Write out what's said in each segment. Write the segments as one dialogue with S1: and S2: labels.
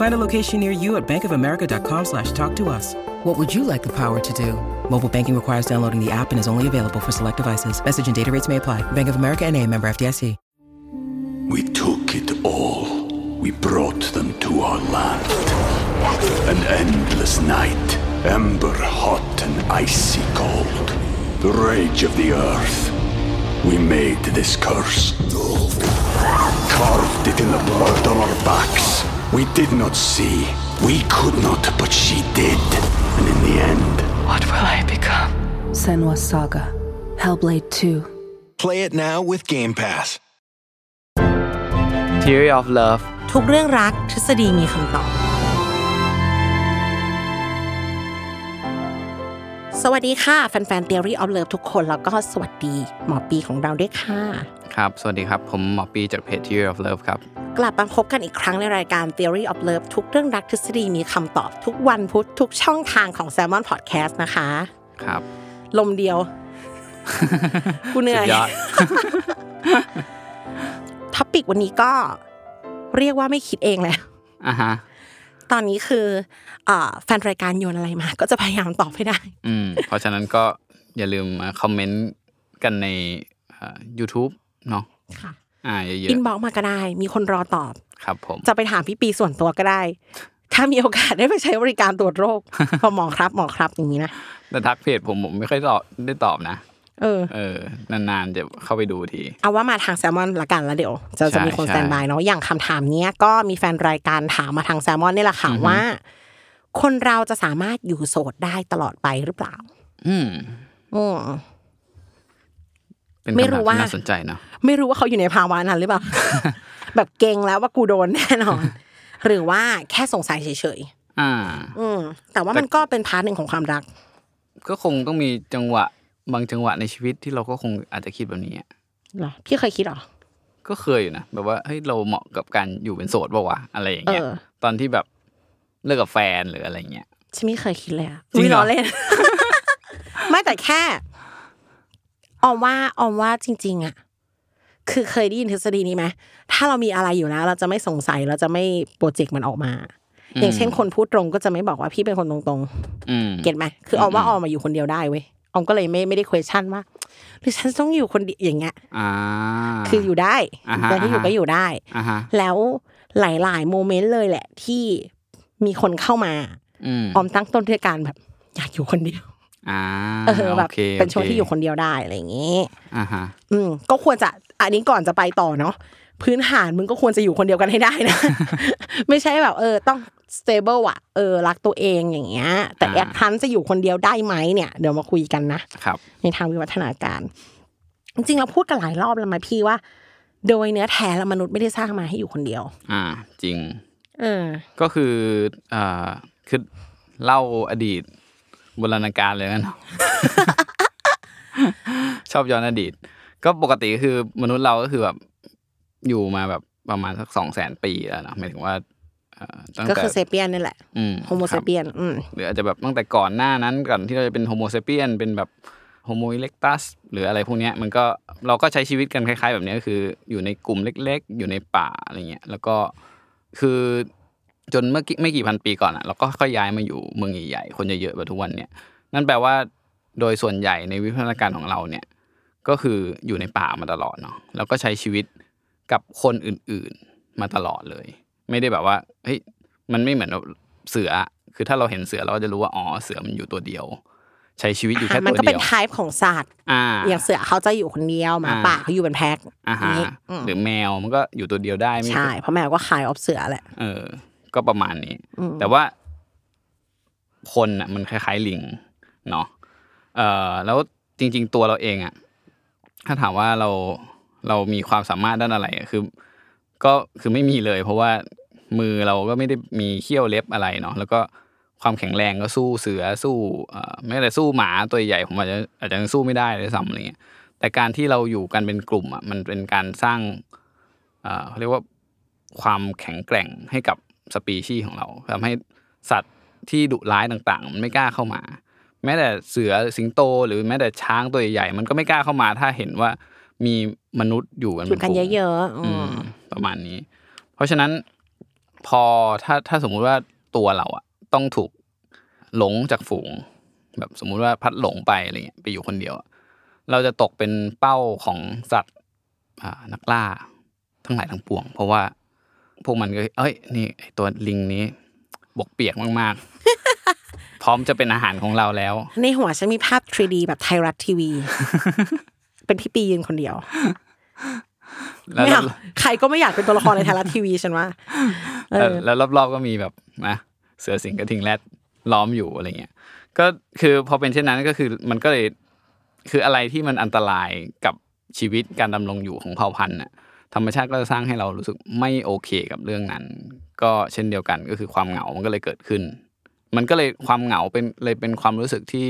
S1: Find a location near you at bankofamerica.com slash talk to us. What would you like the power to do? Mobile banking requires downloading the app and is only available for select devices. Message and data rates may apply. Bank of America and a member FDIC.
S2: We took it all. We brought them to our land. An endless night, ember hot and icy cold. The rage of the earth. We made this curse. Carved it in the blood on our backs. We did not see. We could not, but she did. And in the end,
S3: What will I become?
S4: Senwa Saga, Hellblade 2.
S5: Play it now with Game Pass.
S6: Theory of Love
S7: ทุกเรื่องรักทฤษฎีมีคำตอบ สวัสดีค่ะ แฟนๆ Theory of Love ทุกคน แล้วก็สวัสดีหมอปีของเราด้วยค่ะ
S6: ครับ สวัสดีครับ ผมหมอปีจากเพจ Theory of Love ครับ
S7: กลับมาพบกันอีกครั้งในรายการ Theory of Love ทุกเรื่องรักทฤษฎีมีคำตอบ ทุกวันพุธทุกช่องทางของ Salmon Podcast นะคะ
S6: ครับ
S7: ลมเดี ยว กูเหนื่อย
S6: สุดยอด
S7: ท็อปิกวันนี้ก็เรียกว่าไม่คิดเองแล้ว
S6: อ่ะฮะ
S7: ตอนนี้คือเอ่อแฟนรายการโยนอะไรมา ก็จะพยายามตอบให้ได้
S6: อืม เพราะฉะนั้นก็อย่าลืมมาคอมเมนต์กันในเอ่อ YouTube เนาะ
S7: ค่ะ
S6: อ่าเย
S7: อิ
S6: อะ
S7: นบ็อกมาก็ได้ มีคนรอตอบ
S6: ๆครับผม
S7: จะไปถามพี่ปีส่วนตัวก็ได้ ถ้ามีโอกาสได้ไปใช้บริการตรวจโรค พอหมอครับหมอครับอย่างนี้นะ
S6: แต่ทักเพจผมผมไม่ค่อยตอบได้ตอบนะ
S7: เออ
S6: เออ นานๆ จะเข้าไปดูที
S7: เอาว่ามาทางแซลมอนละกันแล้วเดี๋ยว จะจะมีคน
S6: ใช่
S7: สแตนบายเนาะ อย่างคำถามเนี้ยก็มีแฟนรายการถามมาทางแซลมอนนี่แหละค่ะว่า คนเราจะสามารถอยู่โสดได้ตลอดไปหรือเปล่า
S6: อืม
S7: อืม
S6: เป็น
S7: ไม่
S6: คำ
S7: รู้
S6: ถาม
S7: ว่า
S6: ที่น่าสนใจเนาะ
S7: ไม่รู้ว่าเขาอยู่ในภาวะนั้นหรือเปล่า แบบเก่งแล้วว่ากูโดนแน่นอน หรือว่าแค่สงสัยเฉย
S6: อ่า
S7: ๆอืม แต่ว่ามันก็เป็นพาร์ทหนึ่งของความรัก
S6: ก็คงต้องมีจังหวะบางจังหวะในชีวิตที่เราก็คงอาจจะคิดแบบนี้อะ
S7: เหรอ พี่เคยคิดเหรอ
S6: ก็เคยอยู่นะแบบว่าเฮ้ยเราเหมาะกับการอยู่เป็นโสดปะวะอะไรอย่าง
S7: เอ
S6: เงี้ย
S7: อ
S6: ตอนที่แบบเลิกกับแฟนหรืออะไรเงี้ย
S7: ฉันไม่เคยคิดเลยอะ
S6: จริงเหรอ
S7: ย เล่น ไม่แต่แค่ออมว่าออมว่าจริง ๆอะคือเคยได้ยินทฤษฎีนี้ไหมถ้าเรามีอะไรอยู่แล้วเราจะไม่สงสัยเราจะไม่โปรเจกต์มันออกมา อย่างเช่นคนพูดตรงก็จะไม่บอกว่าพี่เป็นคนตรง
S6: อืม
S7: ๆ เก็ตไหมคือออมว่าออมมาอยู่คนเดียวได้เว้ยออมก็เลยไม่ไม่ได้ question ว่าหรือฉันต้องอยู่คนเดียวอย่างเงี้ย
S6: อ่า
S7: คืออยู่ได้
S6: อ่าฮะ
S7: แต่ที่อยู่ก็อยู่ได้
S6: อ่าฮะ
S7: แล้วหลาย ๆ โมเมนต์เลยแหละ ที่มีคนเข้ามา
S6: อืม
S7: ออมตั้งต้นด้วยการแบบ อยากอยู่คนเดียว
S6: อ่า
S7: เออแบบ
S6: โอค
S7: เป็นช่วง
S6: โ
S7: ที่อยู่คนเดียวได้อะไรอย่างงี้
S6: อ่าฮะ
S7: อืมก็ควรจะอันนี้ก่อนจะไปต่อเนาะพื้นฐานมึงก็ควรจะอยู่คนเดียวกันให้ได้ นะ ไม่ใช่แบบ เออ ต้อง stable อ่ะเออรักตัวเองอย่างเงี้ย แต่แอ
S6: อ่า
S7: ดคันจะอยู่คนเดียวได้ไหมเนี่ย เดี๋ยวมาคุยกันนะ
S6: ครับ
S7: ในทางวิวัฒนาการ จริงๆเราพูดกันหลายรอบแล้วไหมพี่ว่า โดยเนื้อแท้แล้วมนุษย์ไม่ได้สร้างมาให้อยู่คนเดียว
S6: อ่า จริง
S7: เออ
S6: ก็คืออ่าคือเล่าอดีตโบราณกาลเลยกันเนอะ ชอบย้อนอดีต ก็ปกติคือมนุษย์เราก็คือแบบอยู่มาแบบประมาณสักสองแสนปีแล้วเนอะหมายถึงว่าเอ่อตั้ง
S7: ก็
S6: แต่
S7: คือเซเปียนนี่แหละ
S6: อืม
S7: โฮโม
S6: ค
S7: เซ
S6: รับ
S7: เปียน อืม
S6: หรืออาจจะแบบตั้งแต่ก่อนหน้านั้นก่อนที่เราจะเป็นโฮโมเซเปียนเป็นแบบโฮโมอิเล็กตัสหรืออะไรพวกเนี้ยมันก็เราก็ใช้ชีวิตกันคล้าย ๆ แบบเนี้ยก็คืออยู่ในกลุ่มเล็ก ๆ อยู่ในป่าอะไรเงี้ยแล้วก็คือจนเมื่อกี้ไม่กี่พันปีก่อนอ่ะเราก็ค่อยย้ายมาอยู่เมืองใหญ่ๆคนเยอะๆแบบทุกวันเนี่ยนั่นแปลว่าโดยส่วนใหญ่ในวิวัฒนาการของเราเนี่ยก็คืออยู่ในป่ามาตลอดเนาะแล้วก็ใช้ชีวิตกับคนอื่นๆมาตลอดเลย ไม่ได้แบบว่าเฮ้ย มันไม่เหมือนแบบเสือ คือถ้าเราเห็นเสือเราก็จะรู้ว่าอ๋อเสือมันอยู่ตัวเดียว ใช้ชีวิตอยู่แค่
S7: อ่ะมัน
S6: ตัว
S7: ก็
S6: เดี
S7: เป็
S6: ย
S7: น
S6: ว
S7: ไทป์ของสัตว์
S6: อ่า
S7: อย่างเสือเขาจะอยู่คนเดียวหมา
S6: อ่า
S7: ป่าเขาอยู่เป็นแพ็ค
S6: อาหาร
S7: นี้อืม
S6: หรือแมวมันก็อยู่ตัวเดียวได้ไม่
S7: ใช่เพราะแมวก็คลายออฟเสือแหละ
S6: เออ ก็ประมาณนี้ แต่ว่าคนอ่ะ มันคล้ายๆลิงเนาะเออแล้วจริง ๆ ตัวเราเองอ่ะ ถ้าถามว่าเราเรามีความสามารถด้านอะไรอะคือ ก็คือไม่มีเลย เพราะว่ามือเราก็ไม่ได้มีเขี้ยวเล็บอะไรเนาะแล้วก็ ความแข็งแรงก็สู้เสือสู้เอ่อแม้แต่สู้หมาตัวใหญ่ผมอาจจะอาจจะยังสู้ไม่ได้เลยซ้ำอะไรเงี้ยแต่การที่เราอยู่กันเป็นกลุ่มอ่ะมันเป็นการสร้างเอ่อเขาเรียกว่าความแข็งแกร่งให้กับสปีชีส์ของเราทำให้สัตว์ที่ดุร้ายต่างๆ มันไม่กล้าเข้ามา แม้แต่เสือสิงโตหรือแม้แต่ช้างตัวใหญ่ๆมันก็ไม่กล้าเข้ามา ถ้าเห็นว่ามีมนุษย์อยู่กัน
S7: อ
S6: เป็
S7: ยู่
S6: นก
S7: กัน
S6: ลุ่ม
S7: เยอะๆอื
S6: อื
S7: ม
S6: มประมาณนี้ เพราะฉะนั้นพอถ้าถ้าสมมุติว่าตัวเราอะต้องถูกหลงจากฝูง แบบสมมุติว่าพัดหลงไปอะไรเงี้ยไปอยู่คนเดียวอะเราจะตกเป็นเป้าของสัตว์อ่านักล่า ทั้งหลายทั้งปวง เพราะว่าพวกมันก็เอ้ยนี่ไอ้ตัวลิงนี้บกเปียกมากๆ พร้อมจะเป็นอาหารของเราแล้ว
S7: ในหัวฉันมีภาพ 3D แบบไทยรัฐที วี เป็นพี่ปียืนคนเดียว
S6: แล้ว
S7: ไม่อยากใครก็ไม่อยากเป็นตัวละครในไทยรัฐที วีฉันว่า เออ
S6: แล้วรอบๆก็มีแบบนะเสือสิงห์กระทิงแรดล้อมอยู่อะไรเงี้ยก็คือพอเป็นเช่นนั้นก็คือมันก็เลยคืออะไรที่มันอันตรายกับชีวิตการดำรงอยู่ของเผ่าพันธุ์น่ะธรรมชาติก็จะสร้างให้เรารู้สึกไม่โอเคกับเรื่องนั้น ก็เช่นเดียวกันก็คือความเหงา มันก็เลยเกิดขึ้น มันก็เลยความเหงาเป็นเลยเป็นความรู้สึกที่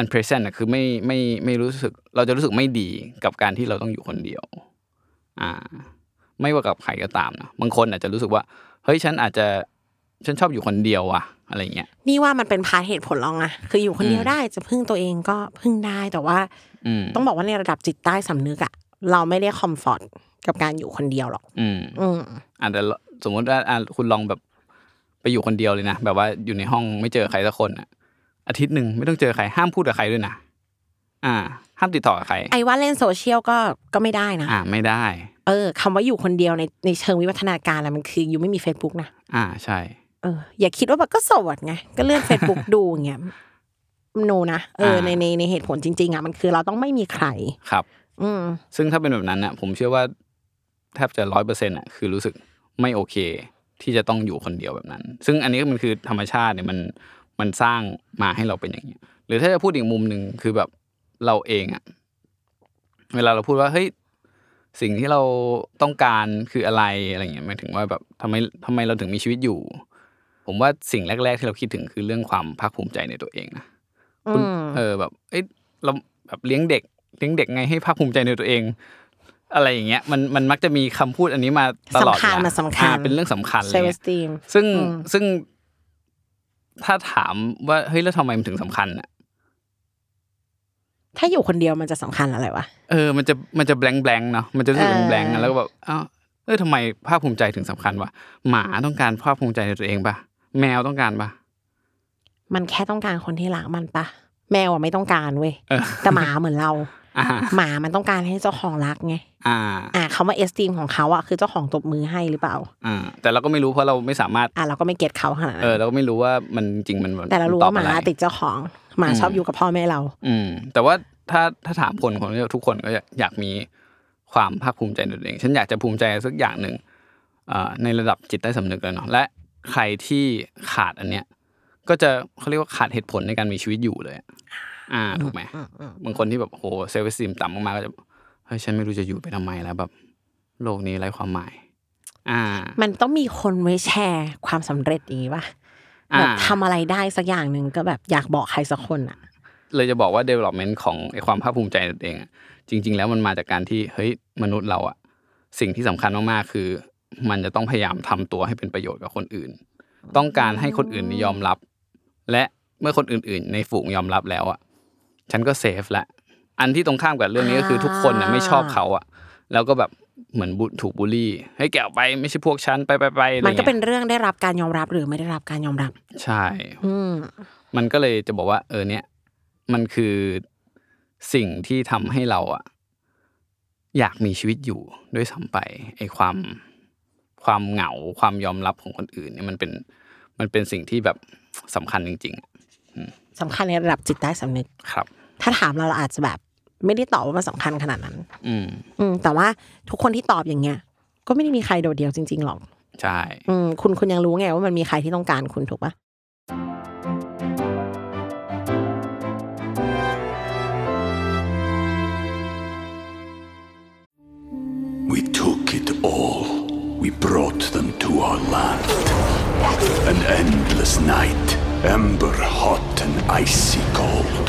S6: unpresent นะคือไม่ไม่ไม่รู้สึก เราจะรู้สึกไม่ดีกับการที่เราต้องอยู่คนเดียว อ่า ไม่ว่ากับใครก็ตามนะบางคนอาจจะรู้สึกว่า เฮ้ยฉันอาจจะฉันชอบอยู่คนเดียวว่ะอะไรเงี้ย
S7: นี่ว่ามันเป็นพาร์ทเหตุผลลองนะคืออยู่คนเดียวได้จะพึ่งตัวเองก็พึ่งได้แต่ว่า
S6: อืม
S7: ต้องบอกว่าในระดับจิตใต้สำนึกอะเราไม่ได้คอมฟอร์ตกับการอยู่คนเดียวหรอก
S6: อืม
S7: อืม
S6: อาจจะสมมติว่าอ่ะคุณลองแบบไปอยู่คนเดียวเลยนะแบบว่าอยู่ในห้องไม่เจอใครสักคนอะอาทิตย์หนึ่งไม่ต้องเจอใครห้ามพูดกับใครด้วยนะอ่า ห้ามติดต่อกับใคร
S7: ไอ้ว่าเล่นโซเชียลก็ก็ไม่ได้นะ
S6: อ่าไม่ได้
S7: เออคำว่าอยู่คนเดียวในในเชิงวิวัฒนาการอะมันคืออยู่ไม่มี Facebook นะ
S6: อ่าใช่
S7: เอออย่าคิดว่าแบบก็โสดไงก็เลื่อน Facebook ดูอย่างเงี้ยโนนะเอออา ในในในเหตุผลจริงๆอะมันคือเราต้องไม่มีใคร
S6: ครับ
S7: อืม
S6: ซึ่งถ้าเป็นแบบนั้นน่ะ ผมเชื่อว่าแทบจะร้อยเปอร์เซ็นต์อ่ะคือรู้สึกไม่โอเค ที่จะต้องอยู่คนเดียวแบบนั้น ซึ่งอันนี้มันคือธรรมชาติเนี่ยมันมันสร้างมาให้เราเป็นอย่างนี้ยหรือถ้าจะพูดอีกมุมหนึ่งคือแบบเราเองอ่ะเวลาเราพูดว่าเฮ้ยสิ่งที่เราต้องการคืออะไรอะไรเงี้ยหมายถึงว่าแบบทำไมทำไมเราถึงมีชีวิตอยู่ ผมว่าสิ่งแรก ๆ ที่เราคิดถึงคือเรื่องความภาคภูมิใจในตัวเองนะ คุณเออแบบเอ้ยเราแบบเลี้ยงเด็กเลี้ยงเด็กไงให้ภาคภูมิใจในตัวเอง อะไรอย่างเงี้ยมันมันมักจะมีคำพูดอันนี้มาตลอด
S7: สำคัญ
S6: เวล
S7: มาสำคัญ
S6: อ่เป็นเรื่องสำคัญเล
S7: เซล
S6: ย
S7: ล์สตีม
S6: ซึ่ง
S7: อืม
S6: ซึ่งถ้าถามว่าเฮ้ยแล้วทำไมมันถึงสำคัญอ่ะ
S7: ถ้าอยู่คนเดียวมันจะสำคัญอะไรวะ
S6: เออมันจะมันจะแบงแบงเนาะมันจะรู้สึก
S7: เออ
S6: แบงๆอะแล้วก็แบบอ้าวเออทำไมภาคภูมิใจถึงสำคัญวะหมาต้องการภาคภูมิใจในตัวเองปะแมวต้องการปะ
S7: มันแค่ต้องการคนที่รักมันปะแมวอะไม่ต้องการเว้ย
S6: เออ
S7: แต่หมาเหมือนเรา
S6: อ่า
S7: หมามันต้องการให้เจ้าของรักไง
S6: อ่า
S7: อ่าคำว่าเอสตีมของเขาอ่ะคือเจ้าของตบมือให้หรือเปล่า
S6: อ่า แต่เราก็ไม่รู้เพราะเราไม่สามารถ
S7: อ่าเราก็ไม่เก็ตเขาขนาด
S6: เอ
S7: นั้
S6: อน เราก็ไม่รู้ว่ามันจริงๆมันบบ
S7: แต่เรารู้
S6: นอบ
S7: ว่าหมา
S6: อะไร
S7: ติดเจ้าของ หมาชอบ
S6: อืม
S7: อยู่กับพ่อแม่เรา
S6: อืม แต่ว่าถ้าถ้าถามคนคนนี้ทุกคนก็อยากมีความภาคภูมิใจในตัวเอง ฉันอยากจะภูมิใจสักอย่างหนึ่งเอ่อในระดับจิตใต้สำนึกแล้วเนาะและใครที่ขาดอันเนี้ย ก็จะเขาเรียกว่าขาดเหตุผลในการมีชีวิตอยู่เลยอะอ่าถูกไหมบางคนที่แบบโหเซลฟ์ซิมต่ำมากๆก็จะเฮ้ยฉันไม่รู้จะอยู่ไปทำไมแล้วแบบโลกนี้ไร้ความหมาย อ่า
S7: มันต้องมีคนไว้แชร์ความสำเร็จอย่างนี้ป่ะ
S6: อ่า
S7: แบบทำอะไรได้สักอย่างหนึ่งก็แบบอยากบอกใครสักคนอ่ะ
S6: เลยจะบอกว่า development ของไอความภาคภูมิใจในตัวเองอะจริง ๆ แล้วมันมาจากการที่เฮ้ยมนุษย์เราอะสิ่งที่สำคัญมากๆคือ มันจะต้องพยายามทำตัวให้เป็นประโยชน์กับคนอื่น ต้องการให้คนอื่นยอมรับ และเมื่อคนอื่น ๆ ในฝูงยอมรับแล้วอะฉันก็เซฟละอันที่ตรงข้ามกับเรื่องนี้ก็คือทุกคนน่ะไม่ชอบเขาอะแล้วก็แบบเหมือนบุถูกบูลลี่ให้ยแกออกไปไม่ใช่พวกฉันไปไปไปอะไร
S7: มันก็
S6: เงี้
S7: เป็น
S6: ย
S7: เรื่องได้รับการยอมรับหรือไม่ได้รับการยอมรับ
S6: ใช่
S7: อืม
S6: มันก็เลยจะบอกว่า เออเนี่ย มันคือสิ่งที่ทำให้เราอะอยากมีชีวิตอยู่ด้วยซ้ำไปไอ้ความความเหงาความยอมรับของคนอื่นเนี่ยมันเป็นมันเป็นสิ่งที่แบบสำคัญจริง ๆอะ
S7: สำคัญในระดับจิตใต้สำนึก
S6: ครับ
S7: ถ้าถามเราเราอาจจะแบบ ไม่ได้ตอบว่ามันสำคัญขนาดนั้น
S6: อืม
S7: อืม แต่ว่าทุกคนที่ตอบอย่างเงี้ย ก็ไม่ได้มีใครโดดเดี่ยวจริงๆหรอก
S6: ใช่
S7: อืม คุณคุณยังรู้ไงว่ามันมีใครที่ต้องการคุณถูกปะ
S2: We took it all. We brought them to our land. An endless night, Ember hot and icy cold.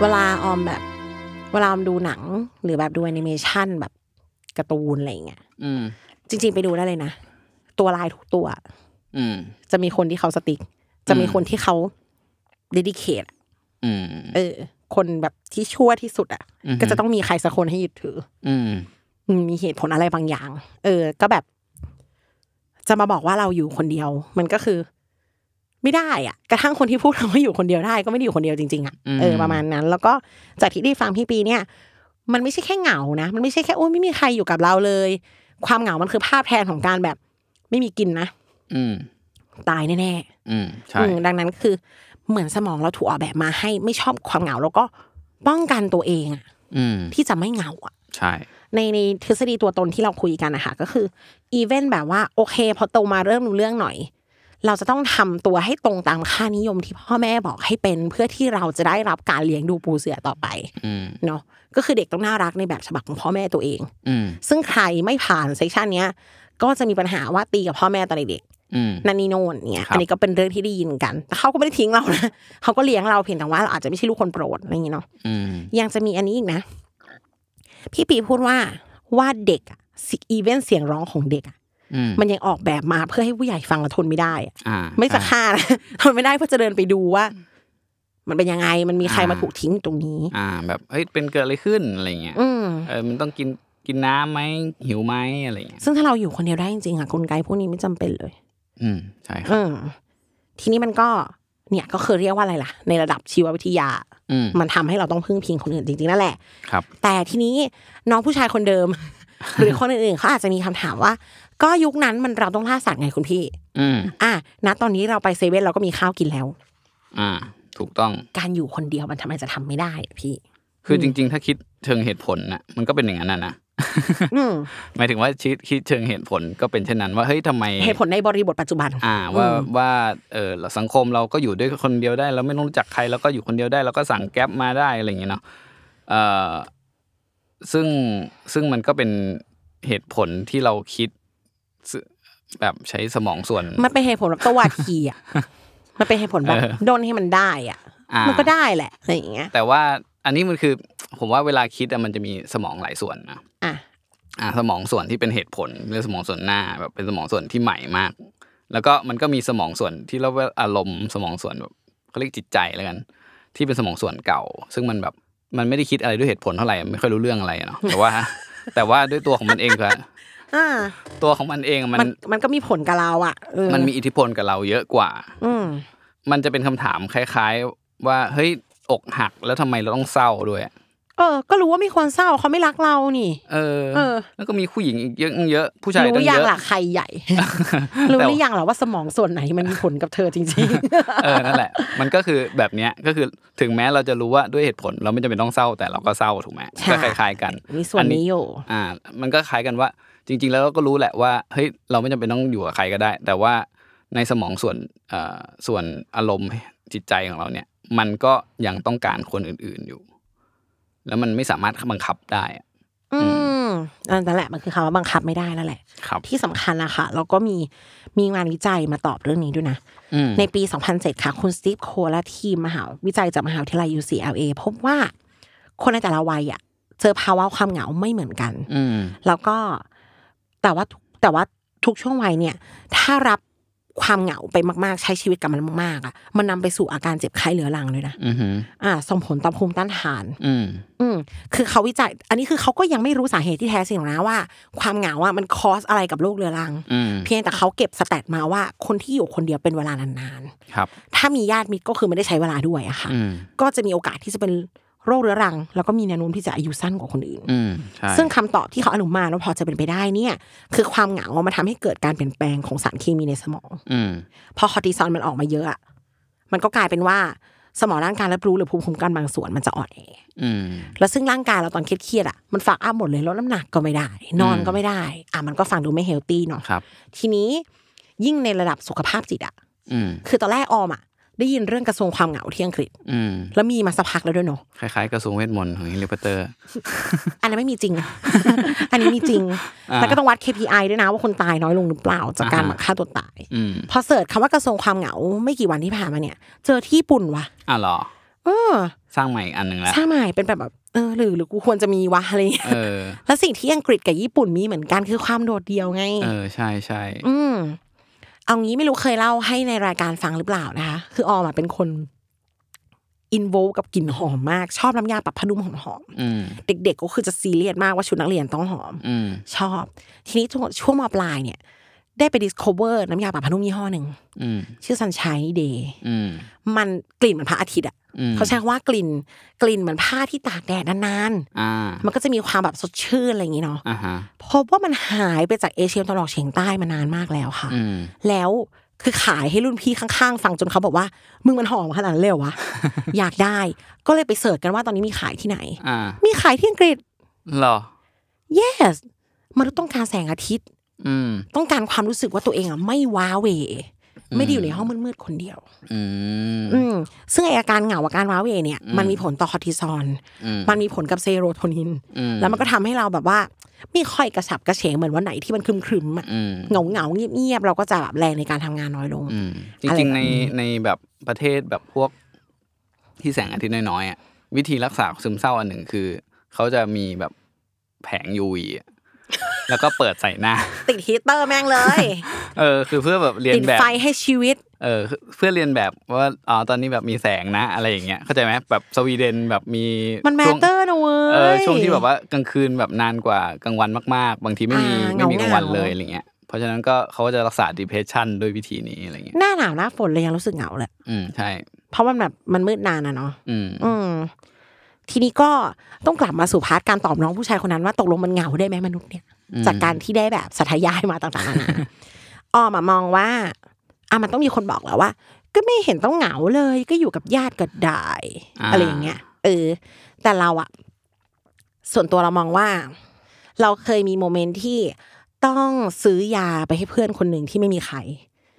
S7: เวลาออมแบบ เวลาออมดูหนัง หรือแบบดูแอนิเมชันแบบการ์ตูนอะไรอย่างเงี้ย
S6: อืม
S7: จริง ๆ ไปดูได้เลยนะ ตัวลายทุกตัว
S6: อืม
S7: จะมีคนที่เขาสติก จะมีคนที่เขาเดดิเคท
S6: อืม
S7: เออ คนแบบที่ชั่วที่สุดอ่ะ
S6: อือฮึ
S7: ก็จะต้องมีใครสักคนให้ยึดถือ
S6: อืม
S7: มันมีเหตุผลอะไรบางอย่าง เออ ก็แบบ จะมาบอกว่าเราอยู่คนเดียว มันก็คือ ไม่ได้อะกระทั่งคนที่พูดว่าอยู่คนเดียวได้ ก็ไม่ได้อยู่คนเดียวจริงๆอะ
S6: อืม
S7: เออประมาณนั้น แล้วก็จากที่ได้ฟังพี่ปีเนี่ย มันไม่ใช่แค่เหงานะ มันไม่ใช่แค่โอ้ยไม่มีใครอยู่กับเราเลย ความเหงามันคือภาพแทนของการแบบ ไม่มีกินนะ
S6: อืม
S7: ตายแน่ๆ
S6: อืม ใช่
S7: อืมดังนั้นคือเหมือนสมองเราถูกออกแบบมาให้ไม่ชอบความเหงาแล้วก็ป้องกันตัวเองอะ
S6: อืม
S7: ที่จะไม่เหงาอะ
S6: ใช่
S7: ในในทฤษฎีตัวตนที่เราคุยกันนะคะก็คืออีเวนแบบว่าโอเคพอโตมาเริ่มรู้เรื่องหน่อย เราจะต้องทำตัวให้ตรงตามค่านิยมที่พ่อแม่บอกให้เป็น เพื่อที่เราจะได้รับการเลี้ยงดูปูเสือต่อไป
S6: อืม
S7: เนาะก็คือเด็กต้องน่ารักในแบบฉบับของพ่อแม่ตัวเอง
S6: อืม
S7: ซึ่งใครไม่ผ่านเซสชันเนี้ยก็จะมีปัญหาว่าตีกับพ่อแม่ตอนเด็ก
S6: อืม
S7: นั่นนี่โน่นเนี่ย
S6: ครับ
S7: อันนี้ก็เป็นเรื่องที่ได้ยินกัน แต่เขาก็ไม่ได้ทิ้งเรานะ เขาก็เลี้ยงเราเพียงแต่ว่าเราอาจจะไม่ใช่ลูกคนโปรดอะไรอย่างนี้เนาะ
S6: อืม
S7: ยังจะมีอันนี้อีกนะ พี่ปีพูดว่าว่าเด็กอะอีเวนเสียงร้องของเด็กอะ
S6: อืม
S7: มันยังออกแบบมาเพื่อให้ผู้ใหญ่ฟังแล้วทนไม่ได้อะ
S6: อ่า
S7: ไม่จะ
S6: ใช่
S7: ฆ่านะ ทนไม่ได้เพื่อจะเดินไปดูว่า มันเป็นยังไง มันมีใคร
S6: อ่าม
S7: มาถูกทิ้งอยู่ตรงนี้
S6: อ่า แบบเฮ้ย เป็นเกิดอะไรขึ้นอะไรเงี้ย
S7: อืม
S6: เออ มันต้องกิน กินน้ำไหม หิวไหมอะไรเงี้ย
S7: ซึ่งถ้าเราอยู่คนเดียวได้จริงๆอะกลไกพวกนี้ไม่จำเป็นเลย
S6: อืม ใช่ครับ
S7: อืมทีนี้มันก็ เนี่ยก็คือเรียกว่าอะไรล่ะ ในระดับชีววิทยา
S6: อืม
S7: มันทำให้เราต้องพึ่งพิงคนอื่นจริงๆนั่นแหละ
S6: ครับ
S7: แต่ทีนี้น้องผู้ชายคนเดิม หรือคนอื่นๆเขาอาจจะมีคำถามว่า ก็ยุคนั้นมันเราต้องล่าสัตว์ไงคุณพี่
S6: อืม
S7: อ่ะณตอนนี้เราไปเซเว่นเราก็มีข้าวกินแล้ว
S6: อ่า ถูกต้อง
S7: การอยู่คนเดียวมันทำไมจะทำไม่ได้อะพี่
S6: คือจริง ๆ ถ้าคิดเชิงเหตุผลนะมันก็เป็นอย่างนั้นนะนะ
S7: อืม
S6: หมายถึงว่าคิดคิดเชิงเหตุผลก็เป็นเช่นนั้นว่าเฮ้ยทำไม
S7: เหตุผลในบริบทปัจจุบัน
S6: อ่าว่า
S7: อืม
S6: ว่าเออสังคมเราก็อยู่ด้วยคนเดียวได้เราไม่ต้องรู้จักใครเราก็อยู่คนเดียวได้เราก็สั่งแก๊ปมาได้อะไรอย่างเงี้ยเนาะเอ่อซึ่งซึ่งมันก็เป็นเหตุผลที่เราคิดซึ่งแบบใช้สมองส่วน
S7: มันเป็นเหตุผลแบบตวาดขีอ่ะ มันเป็นเหตุผลแบบ
S6: เออ
S7: โดนให้มันได้อ่ะ
S6: อ่ามั
S7: มันก็ได้แหละอะไรอย่างเงี้ย
S6: แต่ว่าอันนี้มันคือผมว่าเวลาคิดอะมันจะมีสมองหลายส่วนนะ
S7: อ่ะ
S6: อ่าสมองส่วนที่เป็นเหตุผลเรียกสมองส่วนหน้าแบบเป็นสมองส่วนที่ใหม่มาก แล้วก็มันก็มีสมองส่วนที่เรียกว่าอารมณ์สมองส่วนแบบเขาเรียกจิตใจแล้วกัน ที่เป็นสมองส่วนเก่า ซึ่งมันแบบมันไม่ได้คิดอะไรด้วยเหตุผลเท่าไหร่ไม่ค่อยรู้เรื่องอะไรอะเนาะ แต่ว่า แต่ว่าด้วยตัวของมันเองคือ
S7: อ่า
S6: ตัวของมันเองอะมัน
S7: มันมันก็มีผลกับเราอ่ะเออ
S6: มันมีอิทธิพลกับเราเยอะกว่า
S7: อืม
S6: มันจะเป็นคำถามคล้าย ๆ ว่าเฮ้ยอกหักแล้วทำไมเราต้องเศร้าด้วยอะ
S7: เออ ก็รู้ว่าไม่ควรเศร้าเขาไม่รักเรานี่
S6: เออ
S7: เออ
S6: แล้วก็มีผู้หญิงอีกเยอะเยอะผู้ชายตั้
S7: รู้
S6: ง
S7: ยั
S6: เย
S7: ง
S6: อะ
S7: ล่ะใครใหญ่ รู้
S6: แต่
S7: ห รื
S6: ว่า
S7: อยังล่ะว่าสมองส่วนไหนมันมีผลกับเธอจริง
S6: เออนั่นแหละ มันก็คือแบบเนี้ยก็คือถึงแม้เราจะรู้ว่าด้วยเหตุผลเราไม่จำเป็นต้องเศร้าแต่เราก็เศร้าถูกไหม
S7: ใช่
S6: ก็คล้าย ๆ กัน
S7: ๆ มีส่วนนี้ อยู่
S6: อ่า มันก็คล้ายกันว่า จริง ๆ แล้วเราก็รู้แหละว่าเฮ้ยเราไม่จำเป็นต้องอยู่กับใครก็ได้ แต่ว่าในสมองส่วนเอ่อส่วนอารมณ์จิตใจของเราเนี่ย มันก็ยังต้องการคนอื่น ๆอยู่ แล้วมันไม่สามารถบังคับได้อะ
S7: อืมนั่นแหละมันคือคำว่าบังคับไม่ได้นั่นแหละ
S6: ครับ
S7: ที่สำคัญนะคะแล้วก็มีมีงานวิจัยมาตอบเรื่องนี้ด้วยนะ
S6: อืม
S7: ในปี 2007 ค่ะ คุณสตีฟโคและทีมมหาวิจัยจากมหาวิทยาลัย UCLA พบว่า คนในแต่ละวัยอะเจอภาวะความเหงาไม่เหมือนกัน
S6: อืม
S7: แล้วก็แต่ว่าแต่ว่าทุกช่วงวัยเนี่ย ถ้ารับ ความเหงาไปมากๆ ใช้ชีวิตกับมันมากๆอ่ะมันนำไปสู่อาการเจ็บไข้เรื้อรังเลยนะ
S6: อือหือ
S7: อ่าส่งผลต่อภูมิต้านทาน
S6: อืม
S7: อืมคือเขาวิจัย อันนี้คือเขาก็ยังไม่รู้สาเหตุที่แท้จริงหรอกนะว่า ความเหงาอ่ะมันคอสอะไรกับโรคเรื้อรัง
S6: อืม
S7: เพียงแต่เขาเก็บสแตทมาว่าคนที่อยู่คนเดียวเป็นเวลานาน
S6: ครับ
S7: ๆ ถ้ามีญาติมิตรก็คือไม่ได้ใช้เวลาด้วยอะค่ะ
S6: อืม
S7: ก็จะมีโอกาสที่จะเป็นโรคเรื้อรัง แล้วก็มีแนวโน้มที่จะอายุสั้นกว่าคนอื่น
S6: อืมใช่
S7: ซึ่งคำตอบที่เขาอนุมานว่าพอจะเป็นไปได้เนี่ย คือความเหงาอะมันทำให้เกิดการเปลี่ยนแปลงของสารเคมีในสมอง
S6: อืม
S7: พอคอร์ติซอลมันออกมาเยอะอะมันก็กลายเป็นว่าสมองร่างกายรับรู้หรือภูมิคุ้มกันบางส่วนมันจะอ่อนแอ
S6: อืม
S7: แล้วซึ่งร่างกายเราตอนเครียดๆอ่ะมันฝากอ้าหมดเลยลดน้ำหนักก็ไม่ได้ นอนก็ไม่ได้ อ่ะมันก็ฟังดูไม่เฮลตี้เนาะ
S6: ครับ
S7: ทีนี้ยิ่งในระดับสุขภาพจิตอ่ะ
S6: อืม
S7: คือตอนแรกออมอ่ะได้ยินเรื่องกระทรวงความเหงาที่อังกฤษ
S6: อืม
S7: แล้วมีมาสักพักแล้วด้วยเนาะ
S6: คล้ายๆกระทรวงเวทมนต์ของแฮร์รี่พอตเตอร์
S7: อันนั้นไม่มีจริง อันนี้มีจริง แล้วก็ต้องวัด KPI ด้วยนะว่าคนตายน้อยลงหรือเปล่าจากการ
S6: อ่าฮะ
S7: ฆ่าตัวตาย
S6: อืม
S7: พอเสิร์ชคำว่ากระทรวงความเหงาไม่กี่วันที่ผ่านมาเนี่ย เจอที่ญี่ปุ่นว่ะ
S6: อ้าวเหรอ
S7: เออ
S6: สร้างใหม่อีกอันหนึ่งแล้ว
S7: ใช่ไหมเป็นแบบแบบเออหรือหรือกูควรจะมีวะอะไรอย่างเงี้ย
S6: เออ
S7: แล้วสิ่งที่อังกฤษกับญี่ปุ่นมีเหมือนกันคือความโดดเดี่ยวไง
S6: เออ ใช่ใช่
S7: อืม เอางี้ไม่รู้เคยเล่าให้ในรายการฟังหรือเปล่านะคะ คือออมอะเป็นคนอินโวกับกลิ่นหอมมาก ชอบน้ำยาปรับผ้านุ่มหอม
S6: อืม
S7: ๆ เด็กๆก็คือจะซีเรียสมากว่าชุดนักเรียนต้องหอม
S6: อืม
S7: ชอบ ทีนี้ช่วงช่วงมปลายเนี่ย ได้ไปดิสค o เ e อร์น้ำยาปรับผ้านุ่มยี่ห้อหนึ่ง
S6: อืม
S7: ชื่อสันชัยเดย์
S6: อืม
S7: มันกลิ่นเหมือนพระอาทิตย์อ่ะ
S6: อืม
S7: เขาใช้คำว่ากลิ่น กลิ่นเหมือนผ้าที่ตากแดดนาน
S6: อ่า
S7: ๆมันก็จะมีความแบบสดชื่นอะไรอย่างงี้เนาะ
S6: อ่าฮะ
S7: พบว่ามันหายไปจากเอเชียตะวันออกเฉียงใต้มานานมากแล้วค่ะ
S6: อืม
S7: แล้วคือขายให้รุ่นพี่ข้างๆ ฟังจนเขาบอกว่า มึงมันหอมขนาดนั้นเลยเหร อวะ อยากได้ ก็เลยไปเสิร์ชกันว่าตอนนี้มีขายที่ไหน
S6: อ่า
S7: มีขายที่อังกฤษ
S6: เหรอ
S7: yes มนุษย์ต้องการแสงอาทิตย์
S6: อืม
S7: ต้องการความรู้สึกว่าตัวเองอ่ะไม่ว้าเหวไม่ได้อยู่ในห้องมืดๆคนเดียว
S6: อืม
S7: อืมซึ่งไออาการเหงาอาการว้าเหวเนี่ย มันมีผลต่อคอร์ติซอล
S6: อืม
S7: มันมีผลกับเซโรโทนิน
S6: อืม
S7: แล้วมันก็ทำให้เราแบบว่าไม่ค่อยกระฉับกระเฉงเหมือนวันไหนที่มันครึมครึมๆอะ
S6: อืม
S7: เหงาเงาๆเงียบเงียบๆเราก็จะแบบแรงในการทำงานน้อยลง
S6: อืมจ
S7: อะไร
S6: ริง
S7: แบบ
S6: ๆใน
S7: นี้
S6: ในแบบประเทศแบบพวกที่แสงอาทิตย์น้อยๆอ่ะวิธีรักษาซึมเศร้าอันหนึ่งคือ เขาจะมีแบบแผงยูวีแล้วก็เปิดใส่ห น้า
S7: ติดฮีตเตอร์แม่งเลย
S6: เออ คือเพื่อแบบเรียน
S7: ติด
S6: แบบ
S7: ไฟให้ชีวิต
S6: เออคือเพื่อเรียนแบบว่าอ๋อตอนนี้แบบมีแสงนะ อะไรอย่างเงี้ยเข้าใจไหมแบบสวีเดนแบบมี
S7: มันแม
S6: ช่
S7: ต
S6: วง
S7: เตอร์นะเว้ย
S6: เออช่วงที่แบบว่ากลางคืนแบบนานกว่ากลางวันมาก ๆ บางทีไม่มี
S7: อ่า
S6: ไม่มีกลางวัน
S7: เหงาๆ
S6: เลยอะไรเงี้ยเพราะฉะนั้นก็เขาก็จะรักษา depression ด้วยวิธีนี้อะไรเงี้ย
S7: หน้าหนาวหน้าฝนเลยยังรู้สึกเหงาเลย
S6: อืมใช่
S7: เพราะมันแบบมันมืดนานอะเนาะ
S6: อืม
S7: อืม ทีนี้ก็ต้องกลับมาสู่พาร์ทการตอบน้องผู้ชายคนนั้นว่าตกลงมันเหงาได้ไหมมนุษย์เนี่ย จากการที่ได้แบบสัทยายมาต่างๆนานาออมอะมองว่าอ่ะมันต้องมีคนบอกแล้วว่า ก็ไม่เห็นต้องเหงาเลย ก็อยู่กับญาติก็ได้
S6: อ่า
S7: อะไรอย่างเงี้ยเออ แต่เราอะส่วนตัวเรามองว่า เราเคยมีโมเมนต์ที่ต้องซื้อยาไปให้เพื่อนคนหนึ่งที่ไม่มีใคร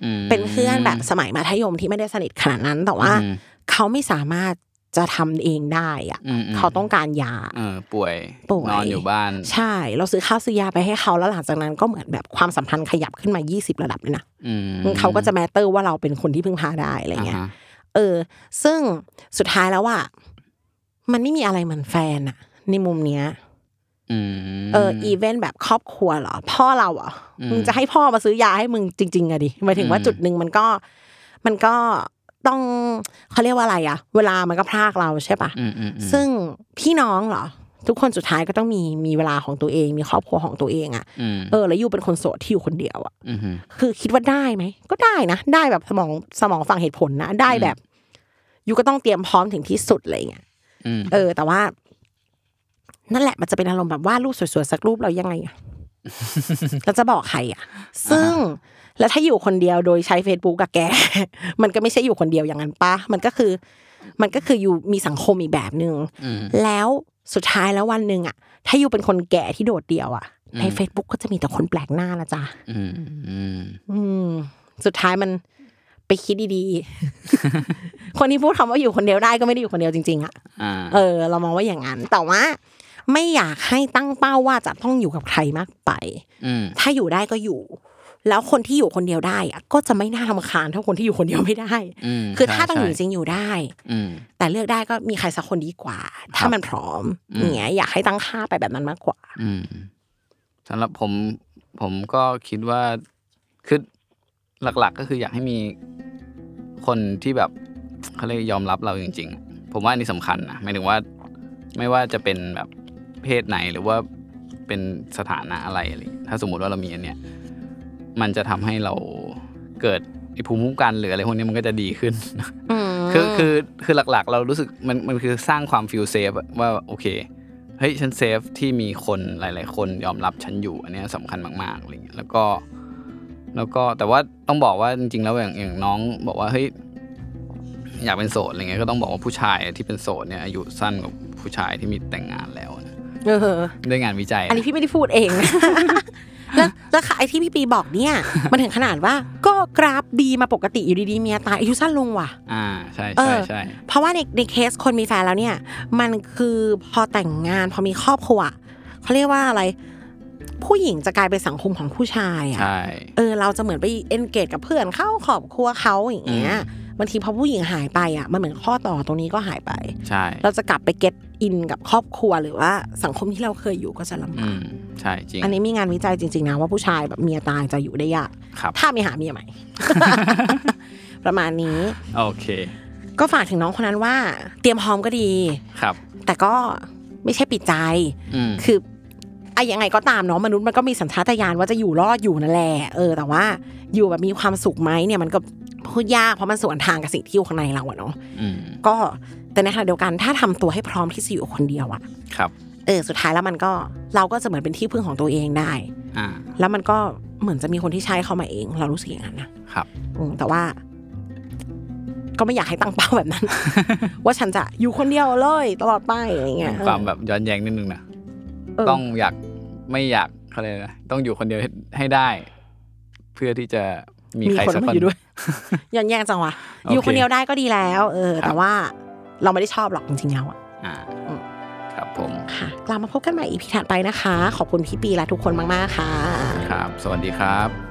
S6: อืม
S7: เป็นเพื่อนแบบสมัยมัธยมที่ไม่ได้สนิทขนาดนั้น แต่ว่า
S6: อืม
S7: เขาไม่สามารถจะทำเองได้อะ
S6: อืมอืม
S7: เขาต้องการยา
S6: เออป่วย
S7: ป่วย
S6: นอนอยู่บ้าน
S7: ใช่ เราซื้อข้าวซื้อยาไปให้เขาแล้วหลังจากนั้นก็เหมือนแบบความสัมพันธ์ขยับขึ้นมา 20 ระดับเลยนะ
S6: อืม
S7: เขาก็จะแมตเตอร์ว่าเราเป็นคนที่พึ่งพาได้อะไรเงี้ย
S6: าฮะ
S7: เออ ซึ่งสุดท้ายแล้วว่า มันไม่มีอะไรเหมือนแฟนอะในมุมเนี้ย
S6: อืม
S7: เอออีเวนต์แบบครอบครัวเหรอ พ่อเราเหรออ
S6: ม
S7: มึงจะให้พ่อมาซื้อยาให้มึงจริงๆอะดิหมายถึงว่าจุดหนึ่งมันก็ มันก็ต้องเขาเรียกว่าอะไรอะเวลามันก็พรากเราใช่ปะ
S6: อืมอืมอืม
S7: ซึ่งพี่น้องเหรอ ทุกคนสุดท้ายก็ต้องมีมีเวลาของตัวเอง มีครอบครัวของตัวเองอะ
S6: อืม
S7: เออ แล้วอยู่เป็นคนโสดที่อยู่คนเดียวอะ
S6: อืม
S7: คือคิดว่าได้ไหมก็ได้นะ ได้แบบสมองสมองฝั่งเหตุผลนะได้แบบอยู่ก็ต้องเตรียมพร้อมถึงที่สุดอะไรอย่างเงี้ย
S6: อืม
S7: เออ แต่ว่า นั่นแหละมันจะเป็นอารมณ์แบบว่าดรูปสวยๆสักรูปเรายังไงอะ เราจะบอกใครอะซึ่งแล้วถ้าอยู่คนเดียวโดยใช้ Facebook กับแก มันก็ไม่ใช่อยู่คนเดียวอย่างนั้นปะมันก็คือ มันก็คืออยู่มีสังคมอีกแบบหนึ่ง
S6: อืม
S7: แล้วสุดท้ายแล้ววันหนึ่งอ่ะ ถ้าอยู่เป็นคนแก่ที่โดดเดี่ยวอ่ะ ใน Facebook ก็จะมีแต่คนแปลกหน้าละจ้ะ
S6: อืมอืม
S7: อืม สุดท้ายมันไปคิดดี ๆคนที่พูดคำว่าอยู่คนเดียวได้ก็ไม่ได้อยู่คนเดียวจริงๆอ่ะ
S6: อ่า
S7: เออ เรามองว่าอย่างนั้น แต่ว่าไม่อยากให้ตั้งเป้าว่าจะต้องอยู่กับใครมากไป
S6: อืม
S7: ถ้าอยู่ได้ก็อยู่ แล้วคนที่อยู่คนเดียวได้อ่ะ ก็จะไม่น่ารำคาญเท่าคนที่อยู่คนเดียวไม่ได้
S6: อืม
S7: คือถ้าต้องอยู่จ
S6: ใช่ใช่
S7: ริงๆอยู่ได้
S6: อืม
S7: แต่เลือกได้ก็มีใครสักคนดีกว่า
S6: ครั
S7: ถ้า
S6: บ
S7: มันพร้อม
S6: อืม
S7: อย่างเงี้ยอยากให้ตั้งค่าไปแบบนั้นมากกว่า
S6: อืมสำหรับผมผมก็คิดว่าคือ หลักๆ ก็คืออยากให้มีคนที่แบบเขาเรียกยอมรับเราจริง ๆ ผมว่าอันนี้สำคัญนะหมายถึงว่าไม่ว่าจะเป็นแบบเพศไหนหรือว่าเป็นสถานะอะไรอะไรอย่างเงี้ยถ้าสมมุติว่าเรามีอันเนี้ยมันจะทำให้เราเกิดไอ้ภูมิคุ้มกันหรืออะไรพวกนี้มันก็จะดีขึ้น คือคือคือหลักๆ เรารู้สึกมันมันคือสร้างความฟิลเซฟว่าโอเค เฮ้ยฉันเซฟที่มีคนหลาย ๆ คนยอมรับฉันอยู่ อันเนี้ยสำคัญมากๆอะไรเงี้ยแล้วก็ แล้วก็แต่ว่าต้องบอกว่าจริง ๆ แล้วอย่างอย่างน้องบอกว่าเฮ้ยอยากเป็นโสดอะไรเงี้ยก็ต้องบอกว่าผู้ชายที่เป็นโสดเนี่ยอายุสั้นกว่าผู้ชายที่มีแต่งงานแล้วนะ
S7: เออ
S6: ด้วยงานวิจัย
S7: อันนี้พี่ไม่ได้พูดเอง แล้วแล้วค่ะไอที่พี่ปีบอก เนี่ย มันถึงขนาดว่าก็กราฟดีมาปกติอยู่ดีๆเมียตายอายุสั้นลงว่ะ
S6: อ่าใช่
S7: เอ
S6: ใช่
S7: อ
S6: ใช่
S7: เพราะว่าในในเคสคนมีแฟนแล้วเนี่ย มันคือพอแต่งงานพอมีครอบครัวเขาเรียกว่าอะไร ผู้หญิงจะกลายเป็นสังคมของผู้ชายอ่ะ
S6: ใช่
S7: เออเราจะเหมือนไปเอนเกจกับเพื่อนเข้าครอบครัวเขาอย่างเงี้ยบางทีพอผู้หญิงหายไปอ่ะมันเหมือนข้อต่อตรงนี้ก็หายไป
S6: ใช่
S7: เราจะกลับไปเก็ตอินกับครอบครัวหรือว่าสังคมที่เราเคยอยู่ก็จะ
S6: อื
S7: ลำบาก
S6: มใช่จริง
S7: อันนี้มีงานวิจัยจริงๆนะว่าผู้ชายแบบเมียตายจะอยู่ได้ยาก
S6: ครับ
S7: ถ้าไม่หาเมียใหม่ ประมาณนี้
S6: โอเค
S7: ก็ฝากถึงน้องคนนั้นว่า เตรียมพร้อมก็ดี
S6: ครับ
S7: แต่ก็ไม่ใช่ปิดใจ
S6: อืม
S7: คือไอ้ยังไงก็ตามเนาะมนุษย์มันก็มีสัญชาตญาณว่าจะอยู่รอดอยู่นั่นแหละเออแต่ว่าอยู่แบบมีความสุขไหมเนี่ยมันก็พูดยากเพราะมันสวนทางกับสิ่งที่อยู่ข้างในเราอะเนาะ
S6: อืม
S7: ก็แต่ในขณะเดียวกันถ้าทำตัวให้พร้อมที่จะอยู่คนเดียวอะ
S6: ครับ
S7: เออสุดท้ายแล้วมันก็เราก็จะเหมือนเป็นที่พึ่งของตัวเองได้
S6: อ่า
S7: แล้วมันก็เหมือนจะมีคนที่ใช้เข้ามาเอง เรารู้สึกอย่างนั้นนะครับ อืมแต่ว่า ก็ไม่อยากให้ตั้งเป้า แบบนั้น ว่าฉันจะอยู่คนเดียวเลยตลอดไปอะไรเงี้ย
S6: ความแบบย้อนแย้งนิดนึงนะ
S7: เออ
S6: ต้องอยากไม่อยากเขาเรียกอะไรนะต้องอยู่คนเดียวให้ให้ได้ เพื่อที่จะมีใคร
S7: คน
S6: สักค
S7: มาน อยู่ด้วย ย้อนแย้งจังวะ
S6: โอเค
S7: อยู่คนเดียวได้ก็ดีแล้ว เออ
S6: ครั
S7: แต่
S6: บ
S7: ว่าเราไม่ได้ชอบหรอกจริงๆแล้วอะ
S6: อ่าครับผม
S7: ค่ะกลับมาพบกันใหม่อีพีถัดไปนะคะ ขอบคุณพี่ปีและทุกคนมากๆค่ะ
S6: ครับ สวัสดีครับ